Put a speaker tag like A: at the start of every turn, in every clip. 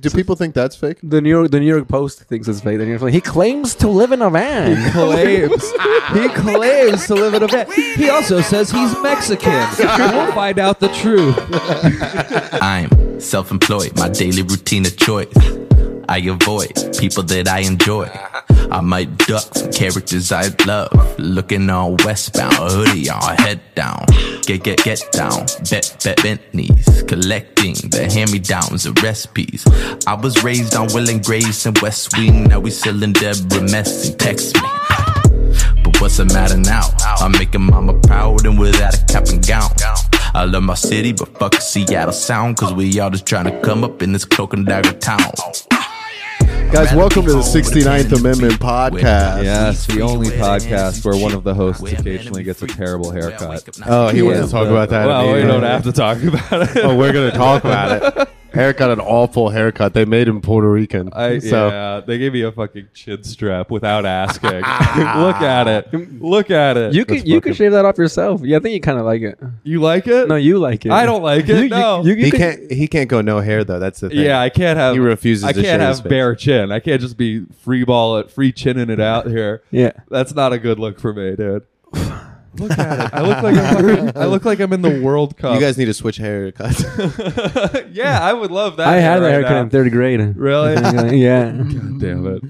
A: Do people think that's fake?
B: The New York, the New York Post thinks it's fake. The New York, he claims to live in a van.
C: claims. he claims to live in a van. He also says he's Mexican. we'll find out the truth.
D: I'm self employed, my daily routine of choice. I avoid people that I enjoy. I might duck from characters I love. Looking all westbound, a hoodie on, head down. Get, get, get down. Bet, bet, bent knees. Collecting the hand me downs and recipes. I was raised on Will and Grace and West Wing. Now we still in Deborah Mess and text me. But what's the matter now? I'm making mama proud and without a cap and gown. I love my city, but fuck Seattle sound, cause we all just trying to come up in this cloak and dagger town.
A: Guys, welcome to the 69th Amendment podcast.
C: Yes, the only podcast where one of the hosts occasionally gets a terrible haircut.
A: Oh, he wants
C: Yeah,
A: to talk
C: but-
A: about that.
C: Well, we
A: immediately.
C: don't have to talk about it.
A: Oh, we're gonna talk about it. Eric got an awful haircut. They made him Puerto Rican.
C: I,
A: so
C: Yeah, they gave me a fucking chin strap without asking. Look at it. Look at it.
B: You could you could shave that off yourself. Yeah, I think you kind of like it.
C: You like it?
B: No, you like it.
C: I don't like it,
B: You, you-
C: no.
B: you, you
A: he
B: could-
A: can't. He can't go no hair though. That's the thing.
C: Yeah, I can't have.
A: He refuses
C: I
A: to shave
C: can't
A: his
C: have
A: face.
C: bare chin. I can't just be free ball it, free chinning it out here.
B: Yeah.
C: that's not a good look for me, dude. Look at it. I look like I'm fucking, I look like I'm in the World Cup.
A: You guys need to switch haircuts.
C: yeah, I would love that.
B: I had that
C: right
B: haircut
C: now.
B: in third grade.
C: Really?
B: yeah.
C: Damn it.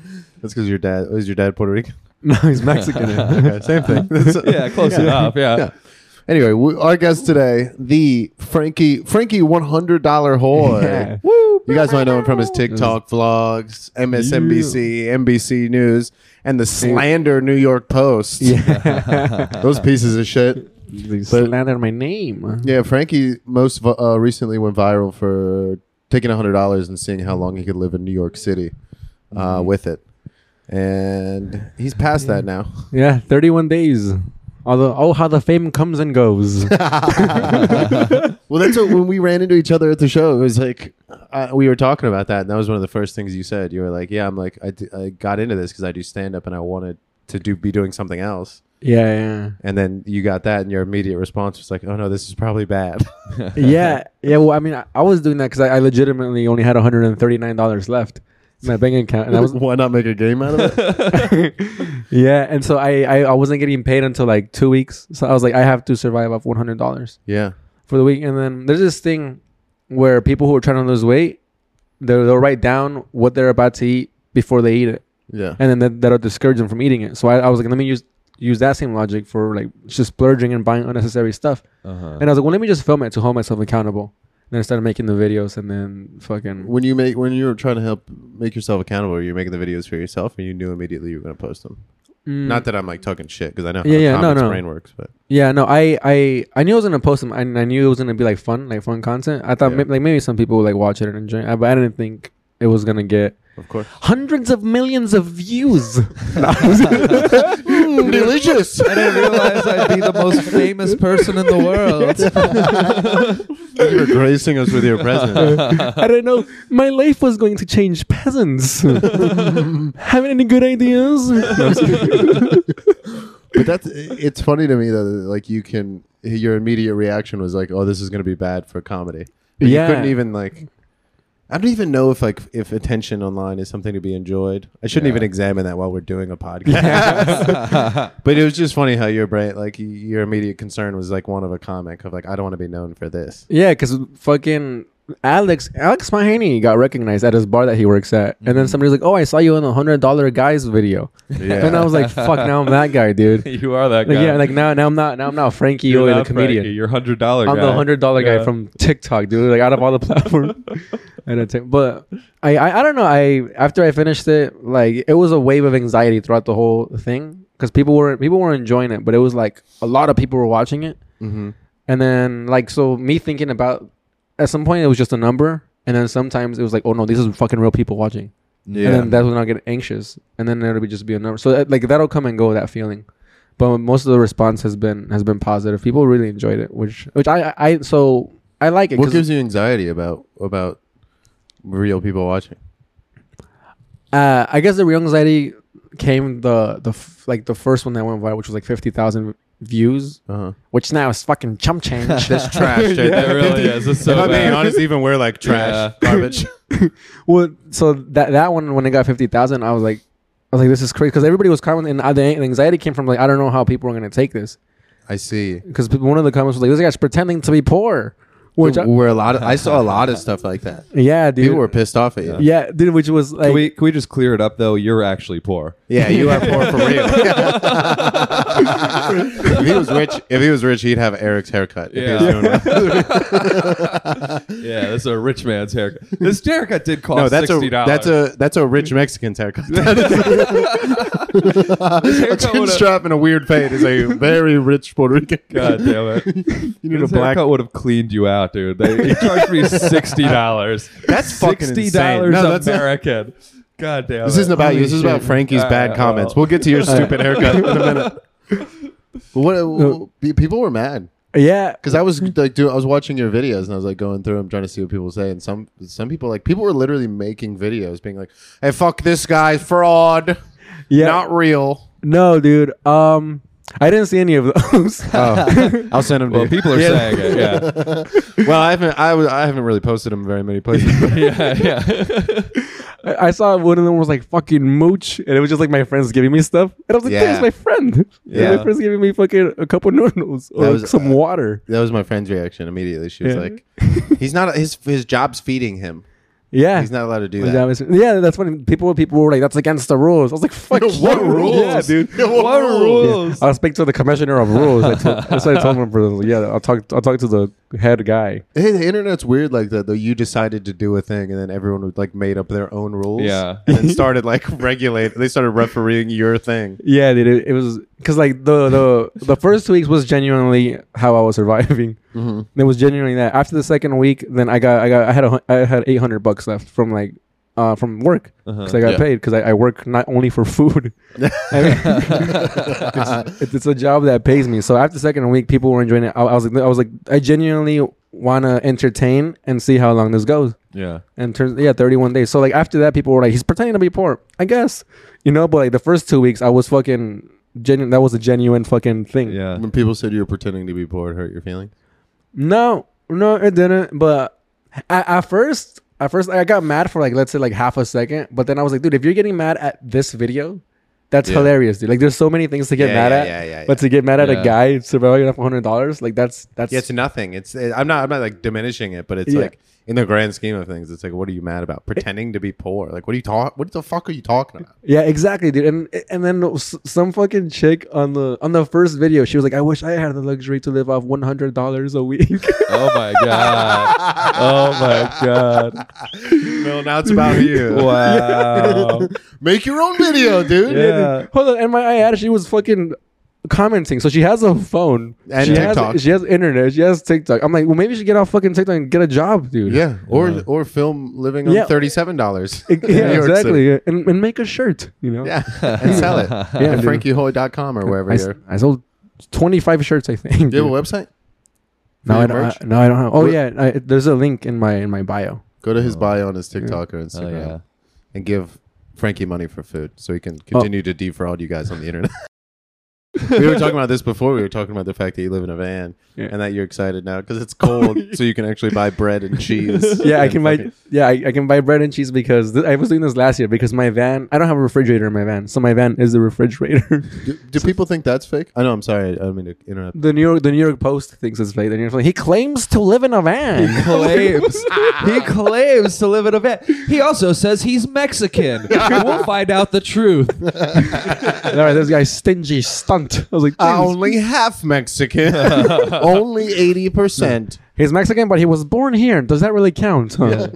A: That's because your dad is your dad Puerto Rican.
B: No, he's Mexican.
A: Okay, same thing.
C: Yeah, close enough. Yeah.
A: Anyway, we, our guest today, the Frankie Frankie one hundred dollar whore.
B: Woo!
A: You guys might know him from his TikTok vlogs, MSNBC, NBC News, and the slander New York Post.
B: Yeah.
A: Those pieces of shit.
B: they slandered my name.
A: Yeah, Frankie most vi- uh, recently went viral for taking hundred dollars and seeing how long he could live in New York City uh, with it, and he's past that now.
B: Mm-hmm. Yeah, 31 days. Although, oh, how the fame comes and goes.
A: Well, that's what when we ran into each other at the show. It was like uh, we were talking about that, and that was one of the first things you said. You were like, "Yeah, I'm like I, d- I got into this because I do stand up and I wanted to do be doing something else."
B: yeah,
A: And then you got that, and your immediate response was like, "Oh no, this is probably bad."
B: yeah, yeah, yeah. Well, I mean, I, I was doing that because I, I legitimately only had 139 dollars left in my bank account, and I was
A: why not make a game out of it?
B: yeah, and so I, I I wasn't getting paid until like two weeks, so I was like, I have to survive off 100 dollars
A: yeah,
B: for the week, and then there's this thing where people who are trying to lose weight, they'll, they'll write down what they're about to eat before they eat it,
A: yeah.
B: and then that, that'll discourage them from eating it. So I, I was like, let me use use that same logic for like just splurging and buying unnecessary stuff.
C: Uh-huh.
B: And I was like, well, let me just film it to hold myself accountable. And then I started making the videos, and then fucking
A: when you make when you were trying to help make yourself accountable, you're making the videos for yourself, and you knew immediately you were going to post them.
B: Mm,
A: Not that I'm like talking shit because I know how
B: Yeah,
A: the
B: yeah, no,
A: comics
B: no.
A: brain works, but
B: yeah, no, I I I knew I was gonna post them, and I knew it was gonna be like fun, like fun content. I thought
A: Yeah.
B: may- like maybe some people would like watch it and enjoy it, uh, but I didn't think it was gonna get
A: of course,
B: hundreds of millions of views. Mm,
A: delicious.
C: I didn't realize I'd be the most famous person in the world.
A: you were gracing us with your presence.
B: I didn't know my life was going to change. Peasants, having any good ideas? No, I'm just kidding.
A: but that's it's funny to me that like you can your immediate reaction was like, oh, this is going to be bad for comedy. But
B: Yeah.
A: You couldn't even like. I don't even know if like if attention online is something to be enjoyed. I shouldn't even examine that while we're doing a podcast. but it was just funny how your brain, like y- your immediate concern, was like one of a comic of like I don't want to be known for this.
B: Yeah, because fucking Alex Alex Mahaney got recognized at his bar that he works at, and
C: Mm-hmm.
B: then somebody's like, "Oh, I saw you in the hundred dollar guys video,"
A: Yeah.
B: and I was like, "Fuck, now I'm that guy, dude."
C: you are that
B: Like,
C: guy.
B: yeah, like now now I'm not now I'm not Frankie
C: You're
B: Yoy, the
C: not
B: comedian.
C: Frankie, You're hundred dollar.
B: I'm the hundred dollar guy from TikTok, dude. Like out of all the platforms, I don't take. But I, I, I don't know. I after I finished it, like it was a wave of anxiety throughout the whole thing because people were people were enjoying it, but it was like a lot of people were watching it.
A: Mm-hmm.
B: And then like so, me thinking about at some point it was just a number, and then sometimes it was like, oh no, these are fucking real people watching.
C: Yeah.
B: And then that's when I'll get anxious, and then it'll be just be a number. So that, like that'll come and go that feeling, but most of the response has been has been positive. People really enjoyed it, which which I I, I so I like it.
A: What
B: 'cause
A: gives you anxiety about about real people watching?
B: uh, I guess the real anxiety came the the f- like the first one that went viral, which was like fifty thousand views,
A: Uh-huh.
B: which now is fucking chump change.
A: That's trash. dude.
E: That really is. It's so
A: if I'm being
E: bad.
A: honest, even we're like trash, garbage.
B: well, so that that one when it got fifty thousand, I was like, I was like, this is crazy because everybody was commenting. And the anxiety came from like, I don't know how people are gonna take this
A: I see.
B: because one of the comments was like, this guy's pretending to be poor, which I,
A: We're a lot. Of, I saw a lot of stuff like that.
B: yeah, dude,
A: People were pissed off at you.
B: yeah, dude, which was like,
E: Can we can we just clear it up though? You're actually poor.
A: Yeah, you are poor for real. if he was rich, if he was rich, he'd have Eric's haircut. if he was
E: Yeah.
A: doing it.
E: Yeah, that's a rich man's haircut. This haircut did cost
A: no, that's
E: sixty
A: a
E: dollars.
A: that's a that's a rich Mexican's haircut. That is- a chin strap and a weird fade is a very rich Puerto Rican.
E: God damn it!
A: you need a
E: This
A: black.
E: haircut would have cleaned you out, dude. They, he charged me sixty dollars.
A: That's fucking
E: sixty
A: insane.
E: dollars
A: No, that's not-
E: American. God damn.
A: This
E: it.
A: isn't about you. This is
B: Holy
A: about
B: shit.
A: Frankie's
E: All
A: bad
E: right,
A: comments.
E: well.
A: We'll get to your stupid haircut in a minute. But what pe- people were mad
B: yeah,
A: because I was like, dude, I was watching your videos and I was like going through them trying to see what people say, and some some people like people were literally making videos being like, "Hey, fuck this guy, fraud,
B: yeah,
A: not real."
B: no, dude, um, I didn't see any of those.
A: Oh, I'll send them to
E: Well,
A: you.
E: people are
A: Yeah.
E: saying it. Yeah,
A: Well, I haven't I, was- I haven't really posted them very many places.
E: yeah, yeah.
B: I I saw one of them was like fucking mooch, and it was just like my friends giving me stuff, and I was like,
A: Yeah.
B: "That's my friend." Yeah,
A: Yeah.
B: my friends giving me fucking a cup of noodles or
A: That
B: like,
A: was,
B: some
A: uh,
B: water.
A: that was my friend's reaction immediately. She was
B: Yeah.
A: like, "He's not his his job's feeding him.
B: Yeah,
A: He's not allowed to do
B: But
A: that."
B: that was- yeah, that's funny. People people were like, "That's against the rules." I was like, "Fuck
A: Yo, what
B: you."
A: rules?
B: Yeah, dude.
A: Yo, what, rules?
E: Rules.
B: I'll speak to the commissioner of rules. I told, that's what I told him for. the- Yeah, I'll talk. I'll talk to the head guy.
A: Hey, the internet's weird like that. Though you decided to do a thing, and then everyone would like made up their own rules.
E: Yeah.
A: and then started like regulate. They started refereeing your thing.
B: Yeah, dude. It, it was because like the the the first two weeks was genuinely how I was surviving. It was genuinely that. After the second week, then I got I got I had a, hun- I had eight hundred bucks left from like uh from work because I got
A: Yeah.
B: paid because I, I work not only for food. I mean, it's, it's, it's a job that pays me. So after the second week, people were enjoying it. I, I was like I was like I genuinely want to entertain and see how long this goes.
E: Yeah.
B: And turns yeah, thirty one days. So like after that, people were like, he's pretending to be poor. I guess you know, but like the first two weeks, I was fucking genuine. That was a genuine fucking thing.
E: Yeah.
A: When people said you were pretending to be poor, it hurt your feelings.
B: No, no, it didn't. But at, at first, at first, I got mad for like let's say like half a second. But then I was like, dude, if you're getting mad at this video, that's
A: Yeah.
B: hilarious, dude. Like there's so many things to get
A: Yeah,
B: mad
A: yeah,
B: at.
A: yeah, yeah,
B: But
A: yeah.
B: to get mad at
E: Yeah.
B: a guy surviving off hundred dollars, like that's that's
A: Yeah, it's nothing. It's I'm not I'm not like diminishing it, but it's
B: Yeah.
A: like in the grand scheme of things, it's like what are you mad about? Pretending to be poor. Like what are you talk? What the fuck are you talking about?
B: Yeah, exactly, dude. And and then s- some fucking chick on the on the first video, she was like, "I wish I had the luxury to live off one hundred dollars a week."
E: Oh my god. Oh my god.
A: No, now it's about you.
E: Wow.
A: Make your own video, dude.
E: Yeah.
B: Hold on, and my I actually was fucking commenting. So she has a phone
A: And
B: she
A: TikTok.
B: Has, she has internet. She has TikTok. I'm like, well, maybe she should get off fucking TikTok and get a job, dude.
A: Yeah, or or film living on
B: Yeah.
A: thirty seven dollars.
B: E- yeah, exactly. Yeah. And and make a shirt. You know.
A: Yeah, and sell it at
B: dude.
A: frankiehoy.com or wherever
B: I, s-
A: you're.
B: I sold twenty five shirts, I think.
A: Do you have
B: dude.
A: a website?
B: no, I
A: your
B: don't.
A: merch?
B: I, no, I don't have. Oh
A: What-
B: yeah, I, there's a link in my in my bio.
A: Go to his bio on his TikTok or
E: Oh
A: Instagram
E: yeah.
A: and give Frankie money for food so he
B: Oh.
A: can continue to defraud you guys on the internet. we were talking about this before. We were talking about the fact that you live in a van
B: Yeah.
A: and that you're excited now because it's cold, so you can actually buy bread and cheese.
B: yeah, I
A: and
B: can buy.
A: fucking-
B: Yeah, I, I can buy bread and cheese because th- I was doing this last year because my van. I don't have a refrigerator in my van, so my van is the refrigerator.
A: Do, do people think that's fake? I know. I'm sorry. I don't mean to interrupt.
B: the New York, the New York Post thinks it's fake. The New York Post, he claims to live in a van.
C: claims he claims to live in a van. He also says he's Mexican. we'll find out the truth.
B: All right, this guy's stingy stunt. I was like, Jesus.
A: Only half Mexican. Only eighty percent.
B: he's Mexican, but he was born here. Does that really count? huh?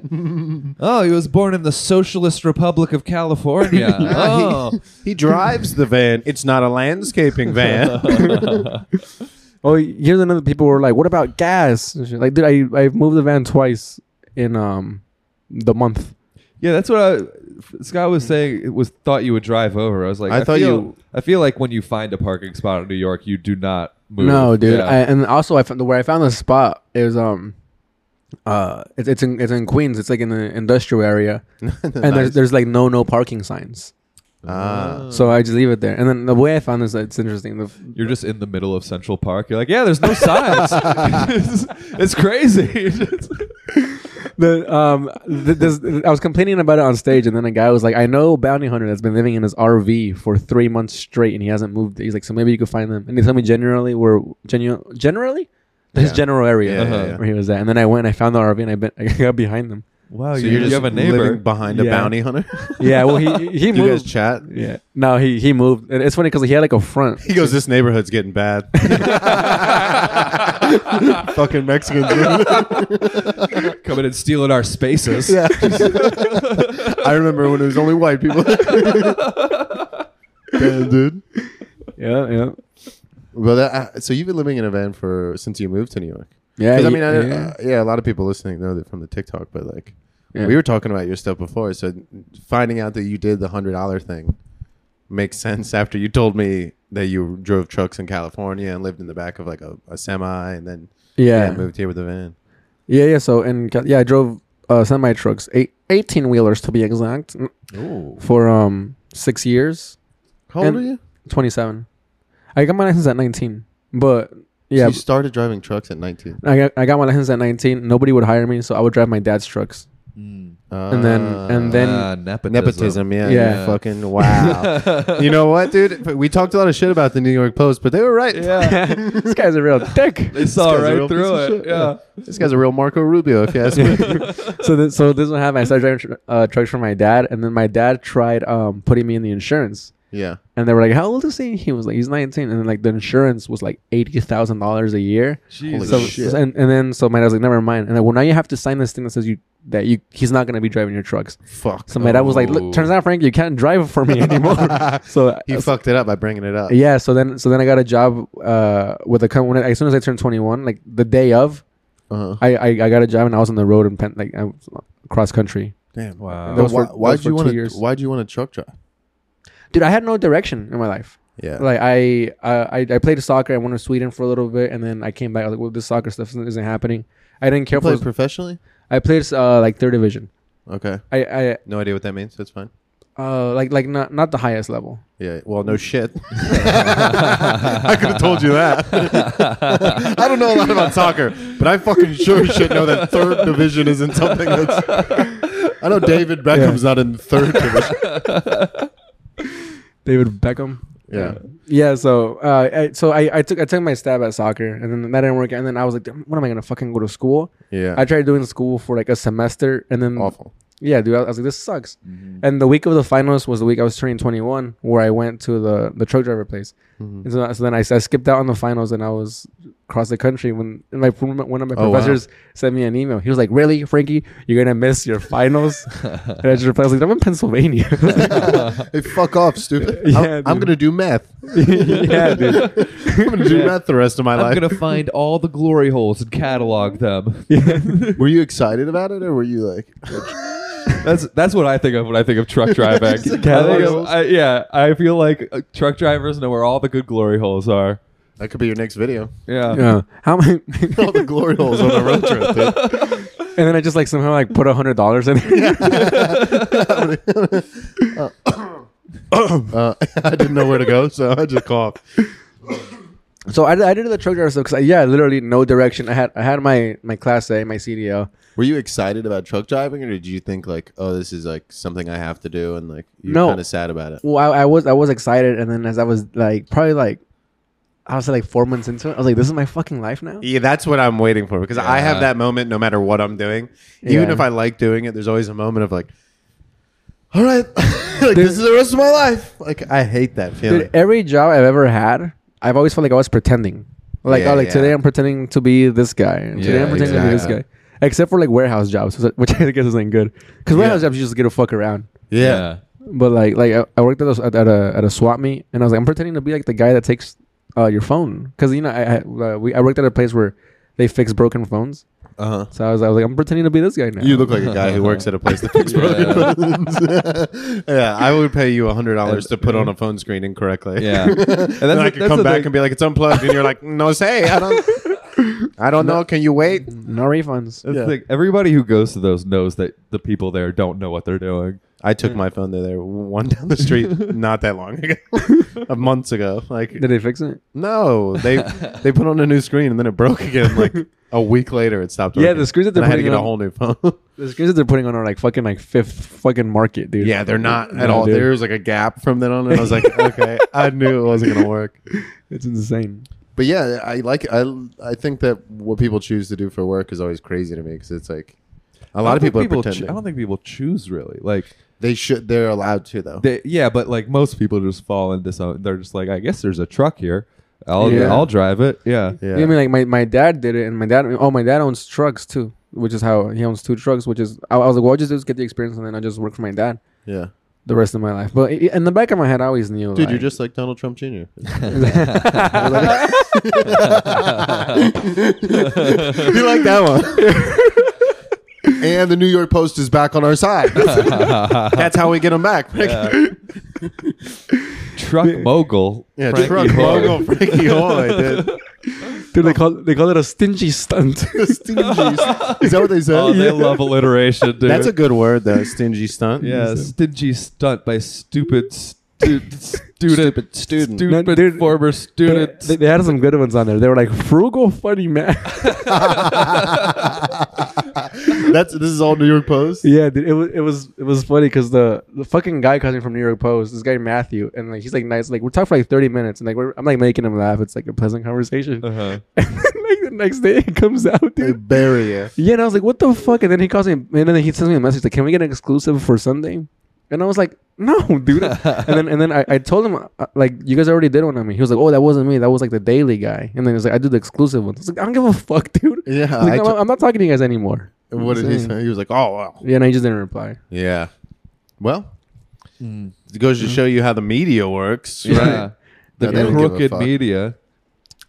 C: Oh, he was born in the Socialist Republic of California.
A: Uh,
C: oh.
A: He drives the van. It's not a landscaping van.
B: Oh, here's another. People were like, "What about gas?" And shit. Like, dude, I I've moved the van twice in um the month.
E: Yeah, that's what I, Scott was saying. It was thought you would drive over. I was like,
A: I
E: I,
A: thought
E: feel,
A: you-
E: I feel like when you find a parking spot in New York, you do not move.
B: No, dude.
E: Yeah.
B: I, and also, I found where I found the spot is um, uh, it's it's in it's in Queens. It's like in the industrial area, and there's there's like no no parking signs.
A: Ah.
B: So I just leave it there. And then the way I found this, it's interesting. The,
E: You're just in the middle of Central Park. You're like, yeah, there's no signs. it's, it's crazy.
B: the um, th- this, I was complaining about it on stage, and then a guy was like, "I know a bounty hunter that's been living in his RV for three months straight, and he hasn't moved." He's like, "So maybe you could find them." And they told me generally where genu- generally his
A: Yeah.
B: general area
A: Yeah, yeah, yeah.
B: where he was at. And then I went and I found the RV, and I, bent, I got behind them.
E: wow,
A: so you're just
E: have a
A: living
E: neighbor.
A: behind a
B: Yeah.
A: bounty hunter.
B: Yeah, well, he he
A: you guys
B: moved.
A: chat.
B: Yeah, no, he he moved. And it's funny because he had like a front.
A: He goes, "This neighborhood's getting bad." Fucking Mexicans.
E: Coming and stealing our spaces.
A: I remember when it was only white people. Damn, dude.
B: Yeah, yeah,
A: Well, that, uh, so you've been living in a van for since you moved to New York.
B: yeah.
A: 'Cause, I
B: he-
A: mean, I,
B: yeah.
A: uh, yeah, a lot of people listening know that from the TikTok, but like
B: Yeah.
A: we were talking about your stuff before, so finding out that you did the hundred dollar thing makes sense after you told me that you drove trucks in California and lived in the back of like a, a semi, and then yeah.
B: yeah.
A: moved here with a van.
B: Yeah, yeah. So and yeah, I drove uh, semi trucks, eight, 18 wheelers to be exact, n- for um six years,
A: How old
B: And-
A: are you?
B: twenty seven. I got my license at nineteen, but
A: So
B: yeah,
A: you started driving trucks at nineteen,
B: I got I got my license at nineteen. Nobody would hire me, so I would drive my dad's trucks.
C: Hmm.
B: And then- and then-
E: Ah, nepotism.
A: nepotism. Yeah,
B: Yeah.
A: Uh, yeah. Fucking wow. you know what, dude? We talked a lot of shit about the New York Post, but they were right.
E: Yeah.
B: this guy's a real dick.
E: They saw
A: guy's a real piece
E: right through
A: of
E: it.
A: shit.
E: Yeah.
A: This guy's a real Marco Rubio, if you ask me.
B: So this, so this is what happened. I started driving tr- uh, trucks for my dad, and then my dad tried um putting me in the insurance.
A: yeah.
B: And they were like, "How old is he?" He was like, "He's 19." And then, like the insurance was like eighty thousand dollars a year.
E: Jesus.
B: so,
A: shit.
B: so- and, and then so my dad was like, never mind. And then well now you have to sign this thing that says you that you he's not gonna be driving your trucks.
A: Fuck.
B: So my dad was like, look, turns out Frank, you can't drive for me anymore. so
A: Oh.
B: uh,
A: He fucked it up by bringing it up.
B: yeah, so then so then I got a job uh with a company as soon as I turned twenty one, like the day of,
A: Uh-huh.
B: I, I I got a job and I was on the road and pen, like I was cross country.
A: Damn.
E: Wow.
A: But
B: Those
A: Uh, why,
B: were-
A: why'd
B: those
A: you
B: were two
A: want to?
B: years.
A: Why'd you want to truck drive?
B: Dude, I had no direction in my life.
A: Yeah.
B: Like I uh, I I played soccer. I went to Sweden for a little bit and then I came back. I was like, well, this soccer stuff isn't, isn't happening. I didn't care
A: you
B: for.
A: played professionally.
B: I played uh, like third division.
A: Okay.
B: I, I
A: No idea what that means. That's fine.
B: uh like like not not the highest level
A: Yeah. Well, no shit. I could have told you that. I don't know a lot about soccer, but I fucking sure should know that third division isn't something that's. I know David Beckham's not in third division.
B: david beckham
A: Yeah.
B: yeah so uh I, so I, I took i took my stab at soccer and then that didn't work and then i was like "Damn, when am i gonna fucking go to school
A: Yeah.
B: i tried doing school for like a semester and then
A: Awful.
B: yeah dude i was like this sucks
A: Mm-hmm.
B: and the week of the finals was the week i was turning 21 where i went to the the truck driver place
A: Mm-hmm.
B: and so, so then I, I skipped out on the finals and i was across the country when and my one of my
A: Oh, wow.
B: professors sent me an email he was like really frankie you're gonna miss your finals and i just replied I was like i'm in pennsylvania
A: Hey, fuck off, stupid.
B: Yeah,
A: I'm, I'm
B: dude.
A: gonna do math.
B: yeah, dude.
A: I'm gonna do math the rest of my
E: I'm
A: life.
E: gonna find all the glory holes and catalog them.
A: Were you excited about it, or were you like,
E: That's that's what I think of when I think of truck driving. I think
A: catalog
E: of-
A: holes.
E: I- yeah, I feel like uh, truck drivers know where all the good glory holes are.
A: that could be your next video?
E: Yeah,
B: Yeah. uh, How many? and
A: All the glory holes on a road trip. Dude.
B: then I just like somehow like put a hundred dollars in there.
A: Uh, I didn't know where to go, so I just coughed.
B: so I, did- I did the truck driver stuff because yeah, literally no direction. I had I had my my class A, my CDL.
A: Were you excited about truck driving, or did you think like, oh, this is like something I have to do, and like you're
B: No.
A: kind of sad about it?
B: Well, I, I was I was excited, and then as I was like probably like I was like four months into it, I was like, this is my fucking life now.
A: Yeah, that's what I'm waiting for because I have that moment no matter what I'm doing. Even
B: Yeah.
A: if I like doing it, there's always a moment of like, all right, like, this is the rest of my life. Like I hate that feeling.
B: Dude, every job I've ever had, I've always felt like I was pretending. Like,
A: Yeah,
B: oh, like
A: yeah.
B: today I'm pretending to be this guy, and today
E: Yeah,
B: I'm pretending to be
A: exactly.
B: this guy. Except for like warehouse jobs, which I guess isn't good. Because warehouse jobs, you just get to fuck around.
A: yeah.
B: But like, like I, I worked at a, at, at a at a swap meet, and I was like, I'm pretending to be like the guy that takes uh, your phone, because you know, I I, uh, we, I worked at a place where they fix broken phones.
A: Uh huh.
B: So I was, I was like, I'm pretending to be this guy now.
A: You look like a guy who works at a place that fixes broken phones. yeah, I would pay you hundred dollars to put on a phone screen incorrectly.
E: yeah. And that's
A: And then I
E: the-
A: could
E: that's
A: come
E: the
A: back
E: thing.
A: and be like, "It's unplugged," and you're like, "No, say I don't, I don't know. Can you wait?"
B: no refunds.
E: That's the
A: Yeah.
E: thing. Everybody who goes to those knows that the people there don't know what they're doing.
A: I took
B: Hmm.
A: my phone to there one down the street not that long ago, months ago. Like
B: Did they fix it?
A: no, they they put on a new screen and then it broke again. Like a week later, it stopped.
B: Yeah,
A: working.
B: the screens that they're
A: And I had to
B: putting
A: get a whole
B: on-
A: new phone.
B: The screens that they're putting on are like fucking like fifth fucking market, dude.
A: yeah, they're not at
B: No,
A: all.
B: dude.
A: There was like a gap from then on, and I was like, okay, I knew it wasn't gonna work.
B: It's insane.
A: But yeah, I like I I think that what people choose to do for work is always crazy to me because it's like a lot of people, are
E: choo-
A: pretending.
E: I don't think people choose really. Like
A: they should. They're allowed to though.
E: they, yeah, but like most people just fall into some. They're just like, I guess there's a truck here. I'll
B: Yeah.
E: I'll drive it. Yeah.
A: yeah.
B: You know what I mean? Like my, my dad did it, and my dad oh my dad owns trucks too, which is how he owns two trucks. Which is I, I was like, well, I'll just, do is get the experience, and then I just work for my dad
A: yeah.
B: the rest of my life. But i- in the back of my head, I always knew.
A: Dude,
B: like,
A: you're just like Donald Trump Jr. you like that one? and the New York Post is back on our side. That's how we get them back.
E: Truck mogul.
A: yeah,
E: Frankie
A: truck
E: Boy.
A: mogul Frankie Hoy, dude.
B: dude. They call they call it a stingy stunt.
A: The stingy st- Is that what they said?
E: Oh, they love alliteration, dude.
A: That's a good word, though. Stingy stunt.
E: yeah stingy stunt by stupid stu- student
A: Stupid student.
E: stupid
B: No, dude,
E: former
B: They,
E: student.
B: they- they had some good ones on there. They were like frugal, funny man.
A: That's this is all New York Post.
B: yeah, dude, it was it was it was funny because the the fucking guy coming from New York Post, this guy Matthew, and like he's like nice. Like we're talking for like thirty minutes, and like we're, I'm like making him laugh. It's like a pleasant conversation.
A: Uh.
E: uh-huh.
B: and then, like the next day, it comes out,
A: They
B: dude.
A: bury you.
B: Yeah, and I was like, what the fuck? And then he calls me, and then he sends me a message like, can we get an exclusive for Sunday? And I was like, no, dude. and then and then I, I told him uh, like, you guys already did one on me. He was like, oh, that wasn't me. That was like the daily guy. And then he was like, I do the exclusive ones. I was like, I don't give a fuck, dude.
A: Yeah,
B: I was
A: I
B: like, no,
A: t-
B: I'm not talking to you guys anymore.
A: What did he
B: Insane.
A: say? He was like, "Oh wow,
B: Yeah, and I just didn't reply.
A: yeah." Well, it goes to show you how the media works.
E: Hmm. Yeah.
A: No,
E: The
A: they don't give a
E: crooked
A: fuck.
E: media.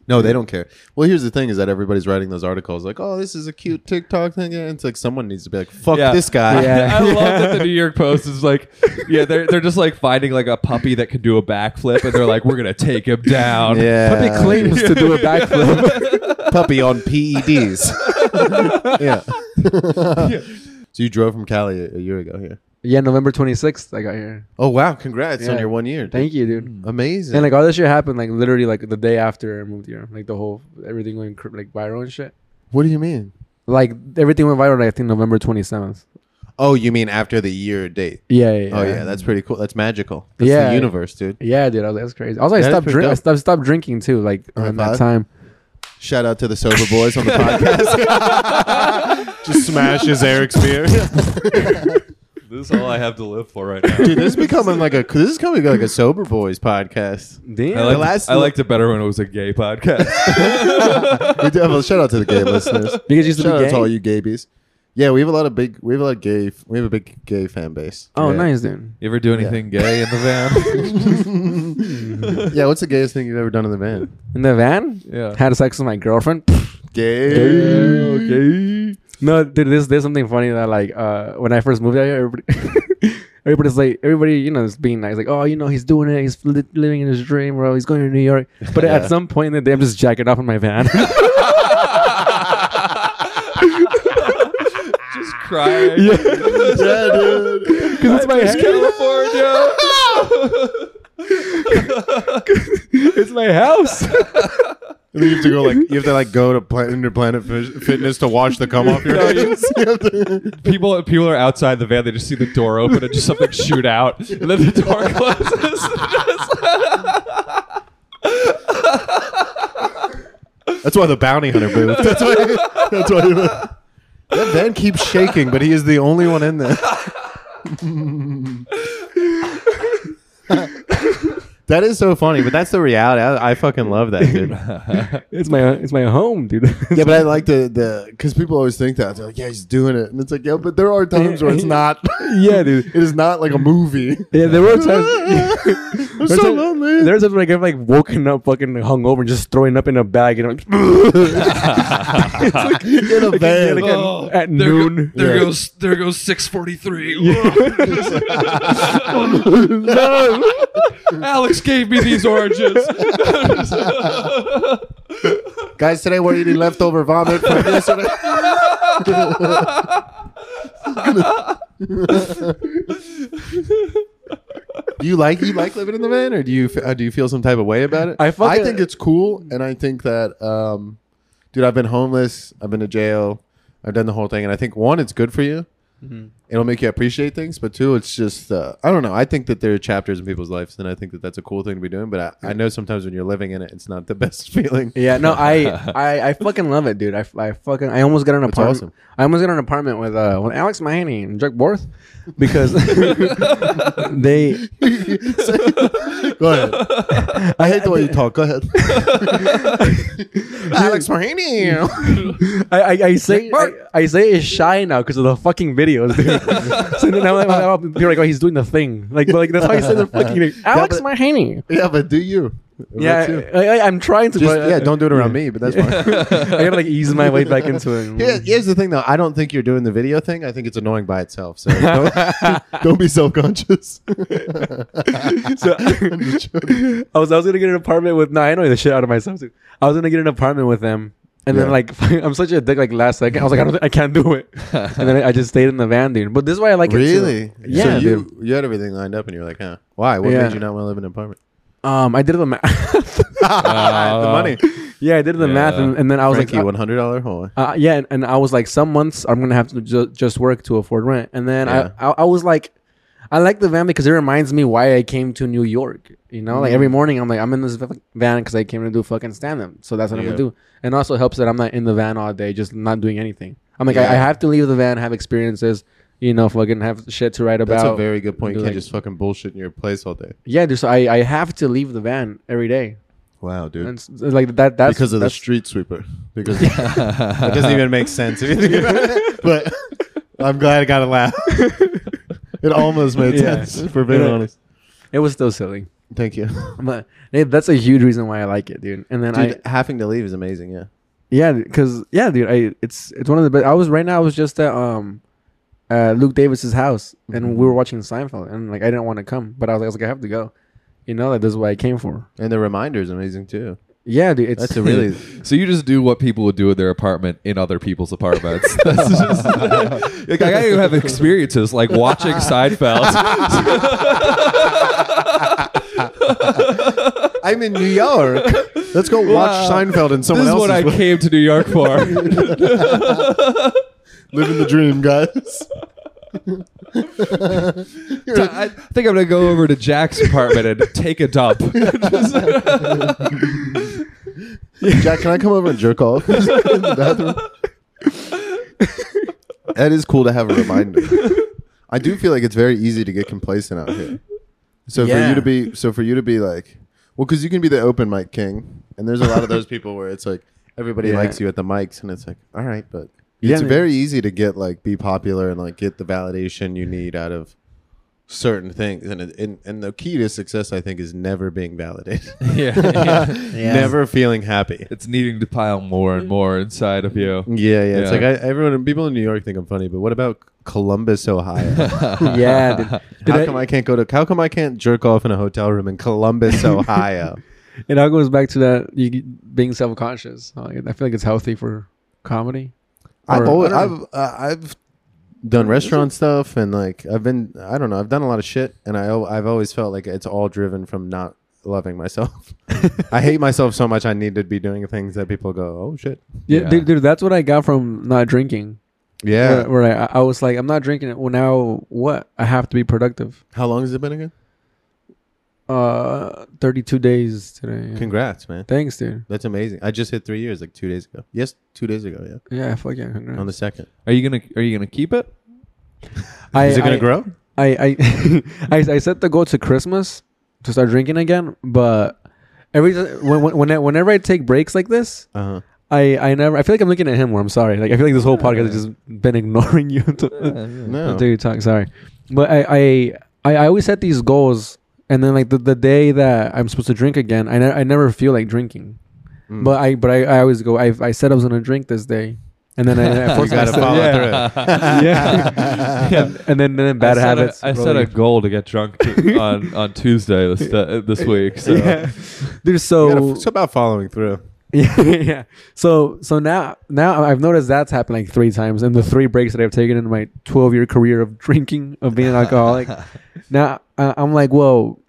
A: No, they don't care. Well, here's the thing: is that everybody's writing those articles like, "Oh, this is a cute TikTok thing," and it's like someone needs to be like, "Fuck
E: Yeah.
A: this guy."
B: Yeah.
E: I love that the New York Post is like, yeah, they're they're just like finding like a puppy that can do a backflip, and they're like, we're gonna take him down.
A: Yeah.
B: Puppy claims to do a backflip.
A: puppy on PEDs. yeah. So you drove from Cali a, a year ago here.
B: yeah, November 26th, I got here.
A: Oh wow! Congrats on
B: Yeah.
A: your one year. dude.
B: Thank you,
A: Mm.
B: dude.
A: Amazing.
B: And like all this shit happened like literally like the day after I moved here. Like the whole everything going cr- like viral and shit.
A: what do you mean?
B: Like everything went viral. Like, I think November 27th.
A: Oh, you mean after the year date?
B: Yeah, yeah.
A: Oh yeah, that's pretty cool. That's magical. That's
B: Yeah.
A: the universe, dude.
B: yeah, dude. I was like, that's crazy. Also, I
A: That is
B: stopped
A: pretty
B: drinking. I
A: dope.
B: stopped, stopped drinking too. Like around
A: five?
B: that time.
A: Shout out to the sober boys on the podcast. Just smashes Eric's beer.
E: This is all I have to live for right now.
A: Dude, this is becoming like a this is coming like a sober boys podcast.
B: Damn.
E: I, liked,
A: last-
E: I liked it better when it was a gay podcast.
A: We do have a shout out to the gay listeners.
B: you guys used to
A: Shout
B: be
A: out
B: gay.
A: to all you gabies. Yeah, we have a lot of big we have a lot of gay we have a big gay fan base.
B: oh,
A: yeah.
B: nice, dude.
E: you ever do anything gay in the van?
A: Yeah, what's the gayest thing you've ever done in the van?
B: In the van,
E: Yeah.
B: had sex with my girlfriend.
A: Gay.
E: okay.
B: no, dude. This there's something funny that like uh when I first moved out here, everybody. Everybody's like, everybody, you know, is being nice. Like, oh, you know, he's doing it. He's li- living in his dream, bro. He's going to New York. But at some point in the day, I'm just jacking off in my van.
E: Just crying.
A: Yeah, dude.
B: Because it's my
E: California.
B: It's my house.
A: And then you have to go like you have to like go to Planet Interplanet Fi- Fitness to wash the cum off your hands. You have to-
E: people people are outside the van. They just see the door open and just something shoot out, and then the door closes.
A: That's why the bounty hunter moved. That's why. That's why. that van keeps shaking, but he is the only one in there. that is so funny, but that's the reality. I, I fucking love that, dude. yeah,
B: It's my it's my home, dude.
A: but I like the the because people always think that they're like, yeah, he's doing it, and it's like, yeah, but there are times where it's not.
B: yeah, dude.
A: It is not like a movie.
B: Yeah, there were times.
A: I'm
B: There's
A: so
B: a-
A: lonely.
B: There's times when I get like woken up, fucking hungover, and just throwing up in a bag, and I'm
A: It's like in a
B: yeah,
A: van.
B: like at, at noon.
A: there Yeah.
E: goes there goes six forty three.
A: no.
E: Alex gave me these oranges.
A: Guys, today we're eating leftover vomit from yesterday. you like you like living in the van, or do you f- uh, do you feel some type of way about it?
B: I fucking-
A: think it's cool, and I think that, um, dude, I've been homeless, I've been to jail, I've done the whole thing, and I think one, it's good for you.
B: Mm-hmm.
A: It'll make you appreciate things, but two, it's just uh, I don't know. I think that there are chapters in people's lives, and I think that that's a cool thing to be doing. But I, I know sometimes when you're living in it, it's not the best feeling.
B: Yeah, no, I, I, I fucking love it, dude. I, I fucking, I almost got an apartment.
A: awesome.
B: I almost got an apartment with uh, with Alex Mahoney and Jack Borth because they,
A: Go ahead. I hate the way you talk. Go ahead. Alex Marini.
B: I, I, I say, I, I say it's shy now because of the fucking videos, dude. so then I'm like, now people are like, oh, he's doing the thing, like, but like that's why I said the fucking like, Alex
A: but-
B: Mahoney.
A: yeah, but do you? About you?
B: Yeah, I, I, I'm trying to,
A: Just-
B: but, uh,
A: yeah, don't do it around me, but that's fine.
B: I gotta like ease my way back into it.
A: Here- Here's the thing, though. I don't think you're doing the video thing. I think it's annoying by itself. So don't, don't be self conscious.
B: So- I was I was gonna get an apartment with no, I know the shit out of myself too. I was gonna get an apartment with them, and then
A: Yeah.
B: like I'm such a dick. Like last second, I was like, I don't, thi- I can't do it, and then I just stayed in the van, dude. But this is why I like
A: really?
B: it too. Yeah,
A: So
B: dude.
A: you, you had everything lined up, and you were like, huh? Why? What
B: Yeah.
A: made you not want to live in an apartment?
B: Um, I did the math.
A: the money.
B: yeah, I did the math, and, and then I was
A: Frankie,
B: like,
A: one hundred dollar home.
B: uh, yeah, and, and I was like, some months I'm gonna have to ju- just work to afford rent, and then
A: Yeah.
B: I, I I was like, I like the van because it reminds me why I came to New York. You know, like every
A: Mm-hmm.
B: morning I'm like, I'm in this v- van because I came to do fucking stand up, so that's what I'm
A: Yeah.
B: gonna do, and also helps that I'm not in the van all day, just not doing anything. I'm like, I, I
A: Yeah.
B: have to leave the van, have experiences, you know, fucking have shit to write about.
A: That's a very good point. You
B: do
A: can't
B: like-
A: just fucking bullshit in your place all day.
B: yeah, dude. So I, I have to leave the van every day,
A: Wow, dude.
B: and it's- it's like that. That's
A: because of the
B: that's,
A: street sweeper. Because it doesn't even make sense. If you think about it. But I'm glad I got a laugh. It almost made
B: Yeah.
A: sense. For being
B: Yeah.
A: honest.
B: It was still silly,
A: Thank you,
B: but eh, that's a huge reason why I like it, dude. And then I.
A: dude. having to leave is amazing. Yeah.
B: Yeah, because yeah, dude, I it's it's one of the best. I was right now. I was just at um, uh, Luke Davis's house, and
A: Mm-hmm.
B: we were watching Seinfeld, and like I didn't want to come, but I was, like, I was like, I have to go. You know, like this is what I came for.
A: And the reminder is amazing too.
B: Yeah, dude, it's
A: That's a really
E: So you just do what people would do in their apartment in other people's apartments. That's just, like, I gotta have experiences like watching Seinfeld.
A: I'm in New York. Let's go watch Seinfeld in
E: this
A: someone
E: is
A: else's
E: what I
A: way.
E: came to New York for.
A: Living the dream, guys.
E: I think I'm gonna go over to Jack's apartment and take a dump.
A: Jack, can I come over and jerk off in the bathroom? that is cool to have a reminder. I do feel like it's very easy to get complacent out here. So for
B: Yeah.
A: you to be, so for you to be like, well, because you can be the open mic king, and there's a lot of those people where it's like everybody
B: Yeah.
A: likes you at the mics, and it's like, all right, but
B: Yeah,
A: it's
B: man.
A: very easy to get like be popular and like get the validation you need out of certain things, and it- and, and the key to success, I think, is never being validated,
E: yeah.
A: never feeling happy.
E: It's needing to pile more and more inside of you.
A: Yeah, yeah. It's
E: Yeah.
A: like I, everyone, people in New York think I'm funny, but what about Columbus, Ohio?
B: yeah, dude. Dude,
A: how
B: I-
A: come I can't go to? How come I can't jerk off in a hotel room in Columbus, Ohio?
B: it all goes back to that you being self conscious. I feel like it's healthy for comedy.
A: I've
B: Or-
A: always,
B: I
A: I've,
B: don't
A: uh, I've done restaurant stuff, and like I've been, I don't know, I've done a lot of shit, and I, al- I've always felt like it's all driven from not loving myself. I hate myself so much. I need to be doing things that people go, oh shit,
B: Yeah,
E: Yeah.
B: Dude, dude, that's what I got from not drinking.
A: yeah.
B: Where, where I, I was like, I'm not drinking it. Well, now what? I have to be productive.
A: How long has it been again?
B: Uh, 32 days today. yeah.
A: Congrats, man.
B: Thanks, dude.
A: That's amazing. I just hit three years like two days ago. Yes, two days ago. Yeah,
B: Yeah, fuck yeah. Congrats.
A: on the second.
E: Are you gonna Are you gonna keep it?
B: I,
A: Is it gonna
B: I-
A: grow?
B: I I, I I set the goal to Christmas to start drinking again, but every ti- when, when, when I- whenever I take breaks like this,
A: Uh huh.
B: I I never I feel like I'm looking at him. Where I'm sorry, like I feel like this whole podcast has just been ignoring you until,
A: No.
B: until you talk. Sorry, but I I I, I always set these goals, and then like the, the day that I'm supposed to drink again, I ne- I never feel like drinking.
A: Hmm.
B: But I but I, I always go. I I said I was gonna drink this day, and then I, I
A: You
B: forced
A: gotta
B: myself.
A: follow
B: yeah.
A: through.
B: yeah. and, and then, then bad
E: I set
B: habits.
E: A, I set a goal to get drunk to, on on Tuesday this uh, this week. So
B: Yeah. Dude,
A: You gotta-
B: so
A: it's about following through.
B: yeah, yeah. So so now now I've noticed that's happened like three times in the three breaks that I've taken in my 12 year career of drinking of being an alcoholic. now uh, I'm like, whoa.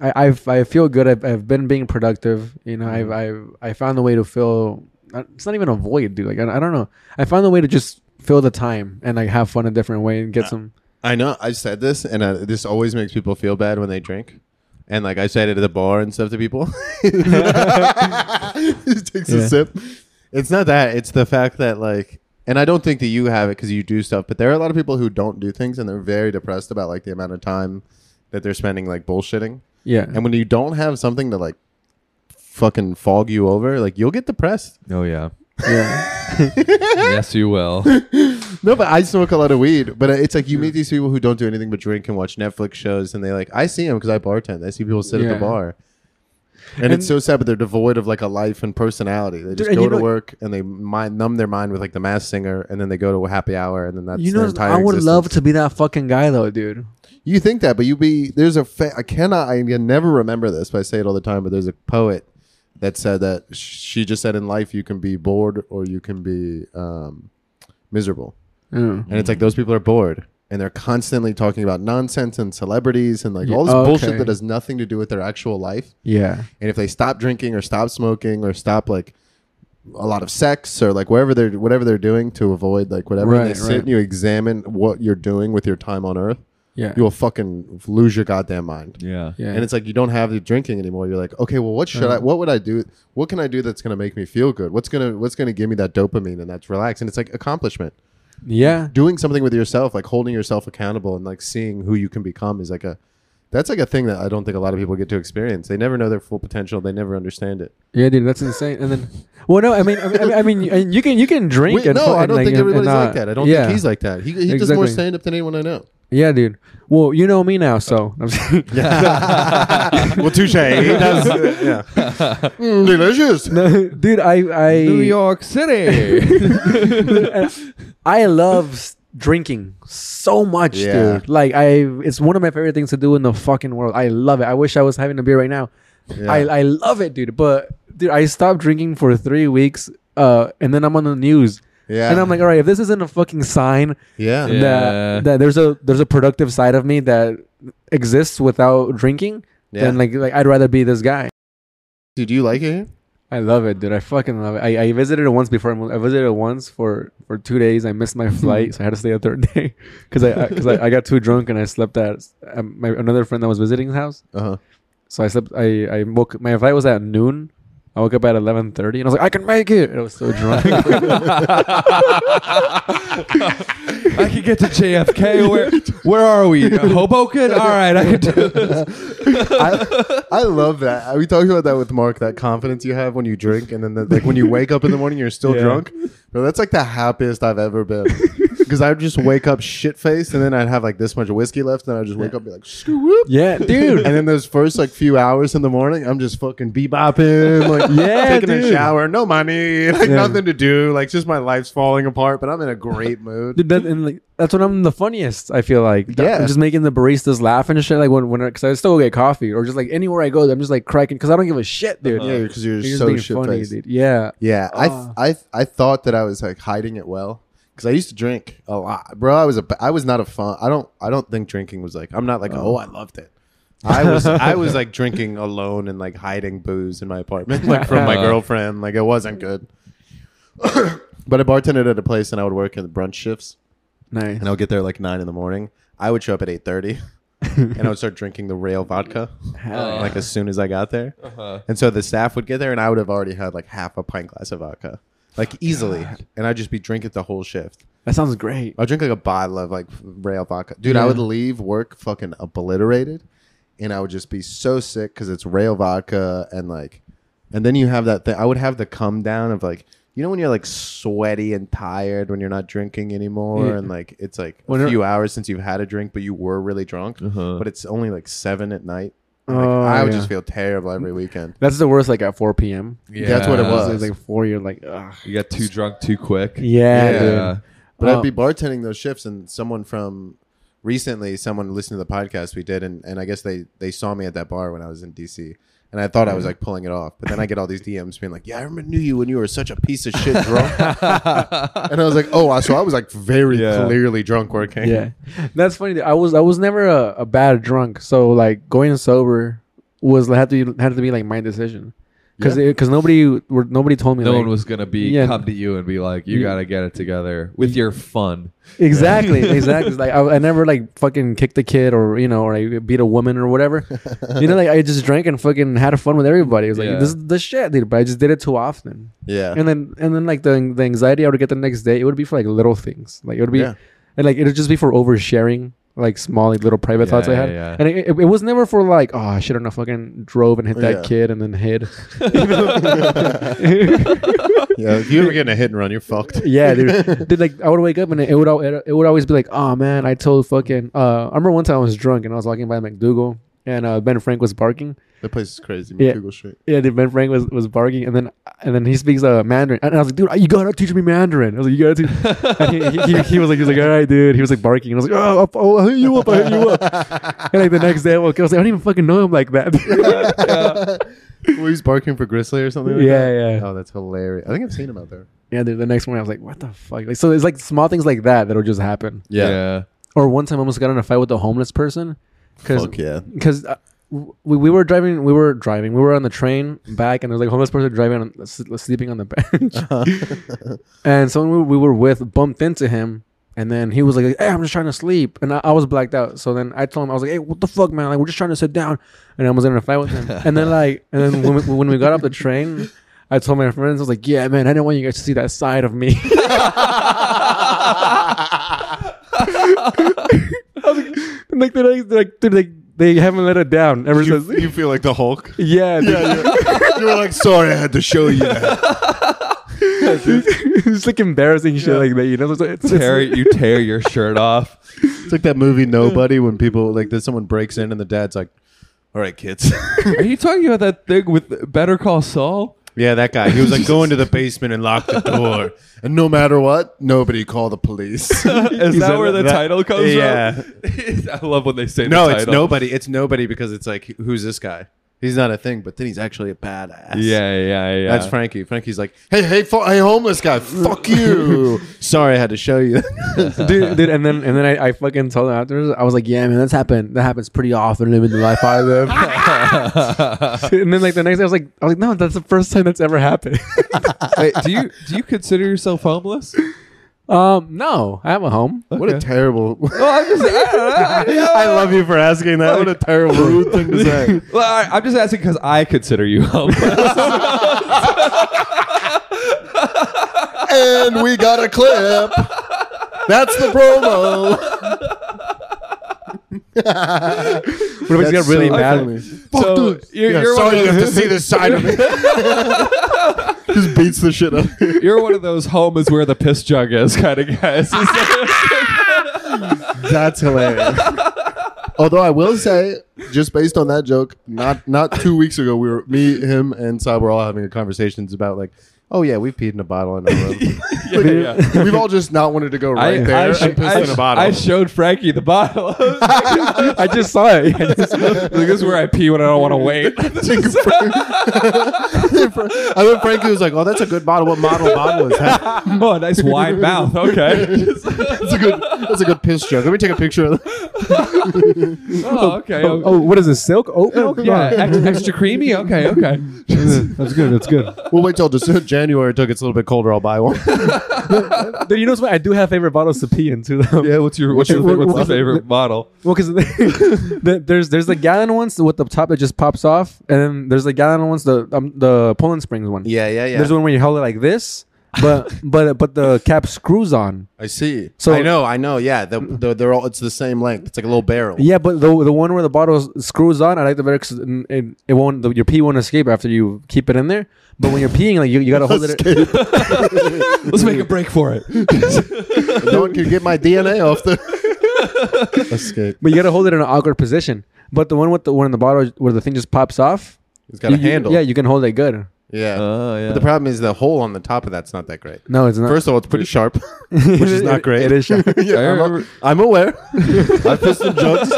B: I I've, I feel good. I've, I've been being productive. You know, I've I've I found a way to fill. It's not even a void, dude. Like I, I don't know. I found a way to just fill the time and like have fun a different way and get some.
A: I know I've said this, and uh, this always makes people feel bad when they drink. And like I said it at the bar and stuff to people, Just takes
B: Yeah.
A: a sip. It's not that; it's the fact that like, and I don't think that you have it because you do stuff. But there are a lot of people who don't do things, and they're very depressed about like the amount of time that they're spending like bullshitting.
B: Yeah.
A: And when you don't have something to like fucking fog you over, like you'll get depressed.
E: Oh yeah.
B: yeah.
E: yes, you will.
A: No, but I smoke a lot of weed. But it's like you meet these people who don't do anything but drink and watch Netflix shows, and they like I see them because I bartend. I see people sit at
B: Yeah.
A: the bar, and, it's so sad. But they're devoid of like a life and personality. They just
B: and
A: go
B: you
A: to
B: know-
A: work and they mind, numb their mind with like the mass singer, and then they go to a happy hour, and then that's
B: You
A: their
B: know,
A: entire
B: I would love
A: existence.
B: to be that fucking guy though, dude.
A: You think that, but you be there's a fa- I cannot I can never remember this, but I say it all the time. But there's a poet that said that she just said in life you can be bored or you can be um, miserable.
B: Yeah.
A: And it's like those people are bored and they're constantly talking about nonsense and celebrities and like all this
B: Yeah, okay.
A: bullshit that has nothing to do with their actual life.
B: Yeah.
A: And if they stop drinking or stop smoking or stop like a lot of sex or like wherever they're whatever they're doing to avoid like whatever and
B: Right,
A: they sit
B: right.
A: and you examine what you're doing with your time on earth,
B: Yeah.
A: you'll fucking lose your goddamn mind.
E: Yeah.
B: yeah.
A: And it's like you don't have the drinking anymore. You're like, okay, well, what should I? What would I do? What can I do that's gonna make me feel good? What's gonna What's gonna give me that dopamine and that's relax? And it's like accomplishment
B: yeah.
A: doing something with yourself, like holding yourself accountable and like seeing who you can become is like a that's like a thing that I don't think a lot of people get to experience. They never know their full potential. They never understand it.
B: Yeah, dude, that's insane. And then, well, no, I mean, I mean, I mean, I mean and you can you can drink.
A: Wait,
B: and
A: no,
B: fucking,
A: I don't
B: like,
A: think
B: and-
A: everybody's
B: and, uh,
A: like that. I don't
B: yeah.
A: think he's like that. He, he does
B: Exactly.
A: more stand up than anyone I know.
B: Yeah, dude. Well, you know me now, so I'm saying-
A: well, touche. yeah. Mm, delicious.
B: No, dude, I I
E: New York City.
B: I love s- drinking so much,
A: Yeah.
B: dude. Like I, it's one of my favorite things to do in the fucking world. I love it. I wish I was having a beer right now.
A: Yeah.
B: I I love it, dude. But dude, I stopped drinking for three weeks, uh, and then I'm on the news.
A: Yeah.
B: And I'm like, all right, if this isn't a fucking sign
A: yeah.
E: Yeah.
B: that that there's a there's a productive side of me that exists without drinking,
A: Yeah.
B: then like like I'd rather be this guy.
A: Dude, do you like it? here?
B: I love it, dude. I fucking love it. I, I visited it once before. I moved- I visited it once for, for two days. I missed my flight, so I had to stay a third day because I because I, I got too drunk and I slept at um, my another friend that was visiting his house.
A: Uh-huh.
B: So I slept. I, I woke. My flight was at noon. I woke up at eleven thirty, and I was like, I can make it. And I was so drunk.
E: I can get to JFK. Where where are we? Hoboken? All right, I can do this.
A: I, I love that. We talked about that with Mark. That confidence you have when you drink, and then the, like when you wake up in the morning, you're still drunk. Bro, that's like the happiest I've ever been. Because I would just wake up shit faced, and then I'd have like this much whiskey left, and I'd just wake up and be like, screw up.
B: yeah, dude.
A: And then those first like few hours in the morning, I'm just fucking bebopping, like
B: Yeah,
A: taking
B: dude.
A: a shower, no money, like nothing to do, like just my life's falling apart. But I'm in a great mood.
B: Dude, that, and like, that's when I'm the funniest. I feel like That-
A: Yeah.
B: I'm just making the baristas laugh and shit. Like when when because I still get coffee or just like anywhere I go, I'm just like cracking because I don't give a shit, dude.
A: yeah, because you're,
B: You're just
A: so
B: being
A: shit
B: funny,
A: faced.
B: dude. Yeah,
A: Yeah, I th- I th- I thought that I was like hiding it well because I used to drink a lot, bro. I was a ba- I was not a fun. I don't I don't think drinking was like I'm not like oh, I loved it. I was I was like drinking alone and like hiding booze in my apartment like from my
E: Uh.
A: girlfriend. Like it wasn't good. but I bartended at a place and I would work in the brunch shifts
B: nice.
A: and I would get there like nine in the morning. I would show up at eight thirty. and I would start drinking the rail vodka, like as soon as I got there. And so the staff would get there, and I would have already had like half a pint glass of vodka, like easily. And I'd just be drinking the whole shift.
B: That sounds great.
A: I'd drink like a bottle of like rail vodka, dude.
B: Yeah.
A: I would leave work fucking obliterated, and I would just be so sick because it's rail vodka and like, and then you have that thing. I would have the come down of like. You know when you're like sweaty and tired when you're not drinking anymore,
B: Yeah.
A: and like it's like
B: When
A: a
B: you're-
A: few hours since you've had a drink, but you were really drunk. But it's only like seven at night. Like,
B: Oh,
A: I would
B: yeah.
A: just feel terrible every weekend.
B: That's the worst. Like at 4 p.m.
A: That's what it was.
B: It's like four. You're like, ugh.
E: You got too drunk too quick.
B: Yeah,
E: Yeah.
B: dude.
A: But
B: Oh.
A: I'd be bartending those shifts, and someone from recently, someone listened to the podcast we did, and, and I guess they they saw me at that bar when I was in DC, And I thought I
B: Mm-hmm.
A: was like pulling it off, but then I get all these DMs being like, "Yeah, I remember knew you when you were such a piece of shit drunk." and I was like, "Oh, I- so I was like very
E: Yeah.
A: clearly drunk working."
B: yeah that's funny i was i was never a, a bad drunk so like going sober was had to be, had to be like my decision because because nobody were nobody told me
E: No
B: like-
E: one was gonna be
B: Yeah.
E: come to you and be like, "You
B: You-
E: gotta get it together with your fun."
B: exactly exactly It's like I, I never like fucking kicked a kid or you know or I beat a woman or whatever you know like i just drank and fucking had fun with everybody it was like
E: Yeah.
B: this is the shit dude but i just did it too often
A: yeah.
B: and then and then like the the anxiety I would get the next day, it would be for like little things. Like it would be,
A: Yeah.
B: and like it would just be for oversharing, like small like, little private thoughts I
E: Yeah,
B: had.
E: yeah.
B: And it, it, it was never for like, oh, I should have not fucking drove and hit that
A: Yeah.
B: kid and then hid.
A: yeah. If you ever get in a hit and run, you're fucked.
B: yeah, dude. Dude, like I would wake up and it, it would al- it, it would always be like, oh man, I told fucking. Uh, I remember one time I was drunk and I was walking by McDougal and uh, Ben Frank was barking.
A: That place is crazy.
B: Yeah.
A: McDougal Street.
B: Yeah, dude, Ben Frank was, was barking, and then and then he speaks uh, Mandarin, and I was like, dude, you gotta teach me Mandarin. I was like, you gotta teach. and he, he, he was like, he was like, all right, dude. He was like barking, and I was like, oh, I'll, oh, I'll hit you up, I'll hit you up. and like the next day, I woke up, I was like, I don't even fucking know him like that.
A: Were you barking for Grizzly or something? Like
B: yeah,
A: that?
B: yeah,
A: Oh, that's hilarious. I think I've seen him out there.
B: yeah. Dude, the next morning, I was like, what the fuck? Like, so it's like small things like that that'll just happen. Or one time, I almost got in a fight with a homeless person because
A: Fuck yeah.
B: because uh, w- we, we were driving we were driving we were on the train back and there was like a homeless person driving on, s- sleeping on the bench
A: Uh-huh.
B: and someone we, we were with bumped into him and then he was like hey i'm just trying to sleep and I, I was blacked out so then i told him i was like hey what the fuck man like we're just trying to sit down and i was in a fight with him and then like and then when we, when we got off the train I told my friends, I was like, yeah, man, I didn't want you guys to see that side of me. I was like, like, they're like, they're like, dude, like, they haven't let it down ever since.
A: You feel like the Hulk.
B: Yeah, dude.
A: you were like, sorry, I had to show you that.
B: it's like embarrassing shit like that, you know? It's, it's,
E: tear you tear your shirt off.
A: It's like that movie Nobody when people like that someone breaks in and the dad's like, "All right, kids."
E: Are you talking about that thing with Better Call Saul?
A: yeah, that guy. He was like, "Go into the basement and lock the door, and no matter what, nobody call the police."
E: Is that where the
A: that-
E: title comes
A: yeah.
E: from? I love when they say
A: no,
E: the
A: it's
E: title.
A: nobody. It's nobody because it's like, who's this guy? He's not a thing, but then he's actually a badass.
E: Yeah, yeah, yeah.
A: That's Frankie. Frankie's like, hey, hey, fo- hey, homeless guy, fuck you. Sorry, I had to show you.
B: dude, dude, and then and then I, I fucking told him afterwards. I was like, "Yeah, man, that's happened. That happens pretty often living the life I live." and then like the next day, I was like, "I was like, no, that's the first time that's ever happened."
E: Wait, do you do you consider yourself homeless?
B: um, no, I have a home.
A: What a terrible.
E: Well, I'm just, I don't know.
A: Oh, I love you for asking that. What a terrible rude thing to say.
E: Well, I, am just asking because I consider you homeless.
A: and we got a clip. That's the promo.
B: What if I just got really mad?
A: Fuck
E: So,
A: dude.
E: you're-
A: Yeah,
E: you're
A: sorry
E: one
A: you
E: of
A: have to
E: those-
A: see this side of me. Just beats the shit up.
E: You're one of those home is where the piss jug is kind of guys.
A: That's hilarious. Although I will say, just based on that joke, not not two weeks ago, we were me, him, and Sai were all having conversations about like, oh yeah, we peed in a bottle in our room.
E: yeah, yeah.
A: We've all just not wanted to go right there
E: I,
A: and
E: sh-
A: piss
E: I
A: in a
E: sh-
A: bottle.
E: I showed Frankie the bottle.
B: I just saw it. I just-
E: Like, this is where I pee when I don't want to wait.
A: I love Frankie was like, "Oh, that's a good bottle. What model bottle is that?
E: oh, nice wide mouth. Okay.
A: That's a good. That's a good piss joke. Let me take a picture of that.
E: Oh, okay.
B: oh, what is this silk oat milk?
E: yeah. ex- extra creamy. Okay. Okay.
B: that's good. That's good.
A: We'll wait till December, January. Until it gets a little bit colder. I'll buy one.
B: Dude, you know what? I do have favorite bottles to pee into though.
E: Yeah. What's your What's your
B: What-
E: What's your
B: what-
E: favorite bottle?
B: Well, because there's there's the gallon ones with the top that just pops off, and then there's the gallon ones the um, the Poland Springs one.
A: yeah,
B: There's one where you hold it like this, but but but the cap screws on.
A: I see.
B: So-
A: I know. I know. Yeah, the, the, they're all. It's the same length. It's like a little barrel.
B: Yeah, but the the one where the bottle s- screws on, I like the better because it, it, it won't the, your pee won't escape after you keep it in there. But when you're peeing, like you, you gotta hold it.
E: Let's make a break for it.
A: no one can get my DNA off the escape.
B: But you gotta hold it in an awkward position. But the one with the one in the bottle where the thing just pops off,
A: It's got
B: you-
A: a
B: you-
A: handle.
B: Yeah, you can hold it good.
A: yeah.
E: Oh, yeah.
A: But the problem is the hole on the top of that's not that great.
B: No, it's not.
A: First of all, it's pretty sharp, which is not great.
B: It is sharp.
A: yeah,
E: I
A: I'm,
E: remember-
A: I'm aware. I've pissed in jugs.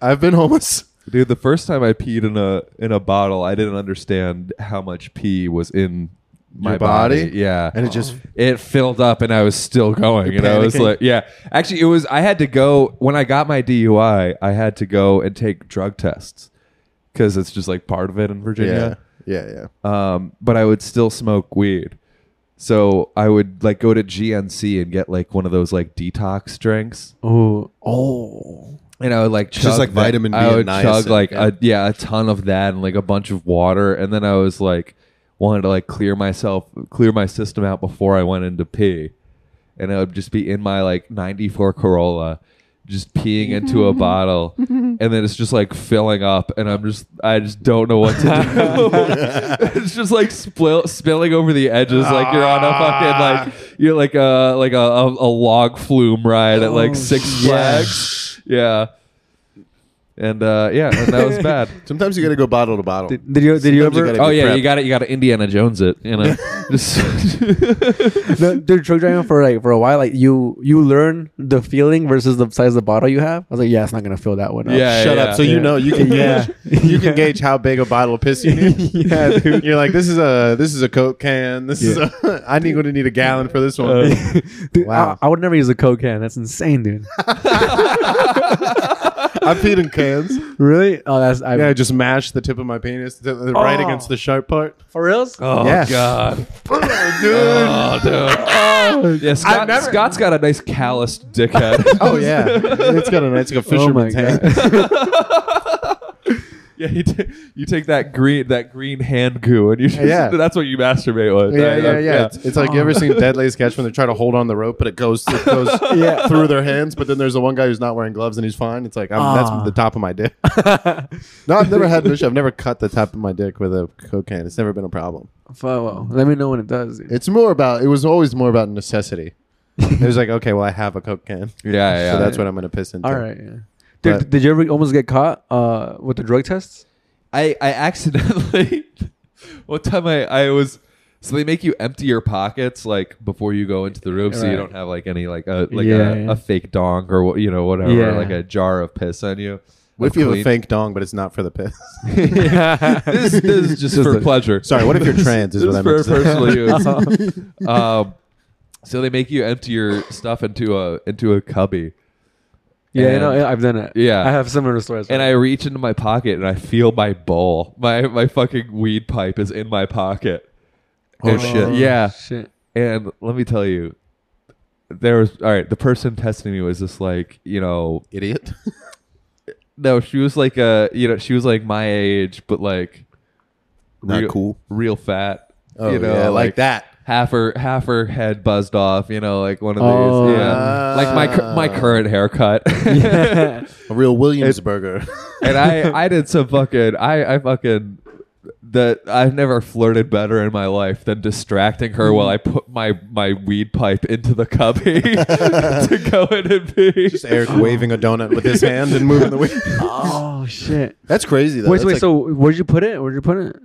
A: I've been homeless.
E: Dude, the first time I peed in a in a bottle, I didn't understand how much pee was in my
A: Your body?
E: Yeah,
A: And it just-
E: it filled up, and I was still going.
A: You're
E: and I was
A: panicking?
E: like, yeah. Actually, it was. I had to go when I got my DUI. I had to go and take drug tests because it's just like part of it in
A: Yeah.
E: Virginia.
A: Yeah. Yeah.
E: Um, but I would still smoke weed. So I would like go to GNC and get like one of those like detox drinks
B: Oh, oh.
E: and I would like chug
A: just like
E: that-
A: vitamin B
E: I would
A: and niacin,
E: chug like
A: yeah.
E: a yeah a ton of that and like a bunch of water, and then I was like wanted to like clear myself, clear my system out before I went into pee, and I would just be in my like '94 Corolla, just peeing into a bottle, and then it's just like filling up, and I'm just I just don't know what to do. it's just like spill, spilling over the edges, like you're on a fucking like
A: Ah.
E: you're like a like a, a, a log flume ride at
A: Oh,
E: like Six Flags, yeah. And uh, yeah, and that was bad.
A: Sometimes you got to go bottle to bottle.
B: Did, did you did you
A: Sometimes you
B: ever?
A: gotta
E: oh
A: be
E: yeah,
A: prepped.
E: you got it. You got to Indiana Jones it. You know, Just-
B: no, dude, drug driving for like for a while, like you you learn the feeling versus the size of the bottle you have. I was like, yeah, it's not gonna fill that one up.
E: Yeah,
A: Shut
E: yeah,
A: up. So you
B: yeah.
A: know you can
B: Yeah.
A: gauge, you can gauge how big a bottle of piss you need.
B: yeah, dude.
A: You're like this is a this is a coke can. This is a, I need going to need a gallon for this one.
B: Uh. Dude,
A: Wow.
B: I, I would never use a coke can. That's insane, dude.
A: I peed in cans.
B: really? Oh, that's I,
A: Yeah, I just mashed the tip of my penis to the- right
B: Oh.
A: against the sharp part.
B: for reals.
E: oh
A: Yes.
E: god,
A: Dude.
E: oh dude, oh. yeah. Scott,
A: never-
E: Scott's got a nice calloused dickhead.
A: Oh yeah, it's got a nice like a fisherman's
B: Oh my
A: hand.
E: yeah, you, ta- you take that green that green hand goo and you just,
A: Yeah.
E: that's what you masturbate with.
A: Yeah,
E: Uh,
A: yeah, yeah. It's, it's like you ever seen Deadly Sketch when they try to hold on the rope, but it goes it goes
B: Yeah.
A: through their hands. But then there's the one guy who's not wearing gloves and he's fine. It's like I'm,
B: Ah.
A: that's the top of my dick. no, I've never had an issue. I've never cut the top of my dick with a cocaine. It's never been a problem.
B: Fuck, well, let me know when it does. dude.
A: It's more about. It was always more about necessity. it was like okay, well I have a coke can,
E: yeah, yeah.
A: so that's what I'm gonna piss into.
B: All right. Yeah. Dude,
A: But-
B: did you ever almost get caught uh, with the drug tests?
E: I I accidentally one time I I was so they make you empty your pockets like before you go into the room so you
B: Right.
E: don't have like any like a like
B: Yeah,
E: a,
B: yeah.
E: a fake dong or what- you know whatever
B: Yeah.
E: like a jar of piss on you.
A: What if you have a
E: Clean.
A: fake dong, but it's not for the piss?
E: this, this is just for pleasure.
A: Sorry, what if you're trans? Is
E: This
A: what
E: is
A: I
E: for
A: meant. to say.
E: personal
B: Uh-huh.
E: use. um, so they make you empty your stuff into a into a cubby.
B: Yeah, you
E: And-
B: know, I've done it.
E: Yeah.
B: I have similar stories.
E: And I reach into my pocket and I feel my bowl. My my fucking weed pipe is in my pocket. Oh
A: shit.
E: Yeah.
B: shit.
E: And let me tell you, there was all right. The person testing me was just like you know,
A: Idiot.
E: no, she was like a you know, she was like my age, but like
A: Not
E: real,
A: cool.
E: real fat.
A: Oh
E: you know,
A: yeah, like that.
E: half her half her head buzzed off, you know, like one of
B: Oh.
E: these. Yeah. Like my cur- my current haircut.
A: A real Williamsburger.
E: and I I did some fucking I I fucking that I've never flirted better in my life than distracting her while I
B: Mm-hmm.
E: put my my weed pipe into the cubby to go in and pee.
A: Eric waving a donut with his hand and moving the wheel.
B: Oh shit.
A: That's crazy though.
B: Wait,
A: That's
B: wait.
A: like-
B: so where'd you put it? Where'd you put it?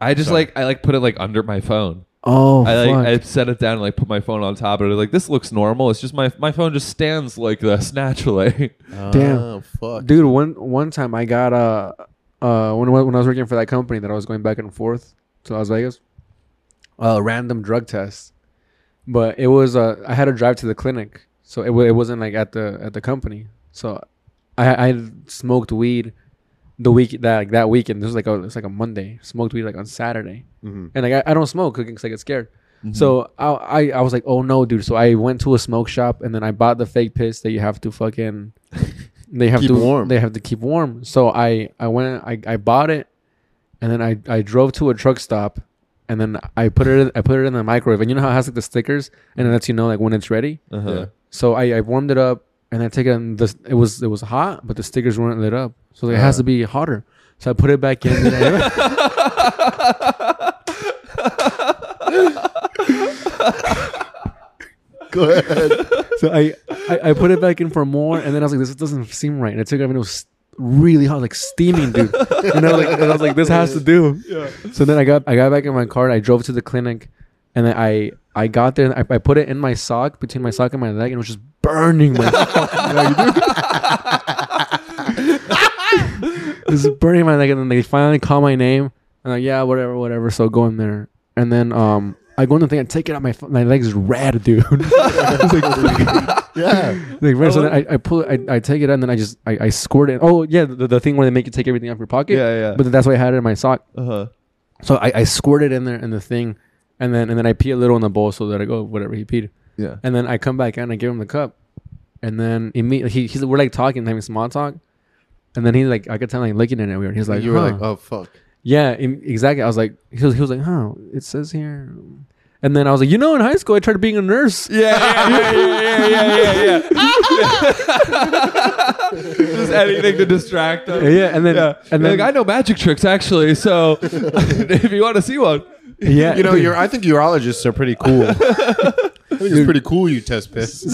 E: I just like I like put it like under my phone.
B: Oh,
E: I
B: fuck.
E: like I set it down and like put my phone on top of it. Like this looks normal. It's just my my phone just stands like this naturally.
B: Damn.
A: Oh, fuck.
B: dude one one time i got uh uh when, when i was working for that company that i was going back and forth to las vegas a random drug test but it was uh i had to drive to the clinic so it, wa- it wasn't like at the at the company so i i smoked weed the week that like that weekend this was like a it's like a monday smoked weed like on saturday
A: Mm-hmm.
B: and like I, I don't smoke because i get scared so I, I i was like oh no dude so i went to a smoke shop and then i bought the fake piss that you have to fucking they have
A: Keep
B: to
A: warm.
B: they have to keep warm so i i went i, I bought it and then I, I drove to a truck stop and then i put it i put it in the microwave and you know how it has like the stickers and it lets you know like when it's ready
E: Uh-huh.
A: Yeah.
B: so I, I warmed it up and I take it and this it was it was hot, but the stickers weren't lit up. So it has to be hotter. So I put it back in. And I,
A: Go ahead.
B: so I, I I put it back in for more, and then I was like, this doesn't seem right. And I took it up and it was really hot, like steaming, dude. And I was like, and I was like this has to do. So then I got I got back in my car. And I drove to the clinic, and then I I got there. And I, I put it in my sock between my sock and my leg, and it was just burning my fucking leg, dude. this is burning my neck, and then they finally call my name. And like, yeah, whatever, whatever. So go in there, and then um, I go in the thing, I take it out, my fu- my legs red, dude. It's like-
A: yeah.
B: like, right, so then I, I pull it, I, I take it out, and then I just I, I squirt it. Oh yeah, the, the thing where they make you take everything out of your pocket.
E: Yeah, yeah.
B: But that's why I had it in my sock.
E: Uh huh.
B: So I, I squirt it in there in the thing, and then and then I pee a little in the bowl so that I go whatever he peed.
E: Yeah.
B: And then I come back and I give him the cup, and then immediately he, he's we're like talking, having small talk, and then he like I could tell like looking at it weird. He's like,
A: you were
B: huh.
A: like, oh fuck.
B: yeah, im- exactly. I was like, he was, he was like, huh, it says here. And then I was like, you know, in high school, I tried being a nurse.
E: Yeah, yeah, yeah, yeah, yeah, yeah, yeah. Just anything to distract them.
B: Yeah, and then- and
E: You're
B: then-
E: like I know magic tricks actually. So if you want to see one,
B: Yeah,
A: You know,
B: dude.
A: your I think urologists are pretty cool. I think it's pretty cool you test piss.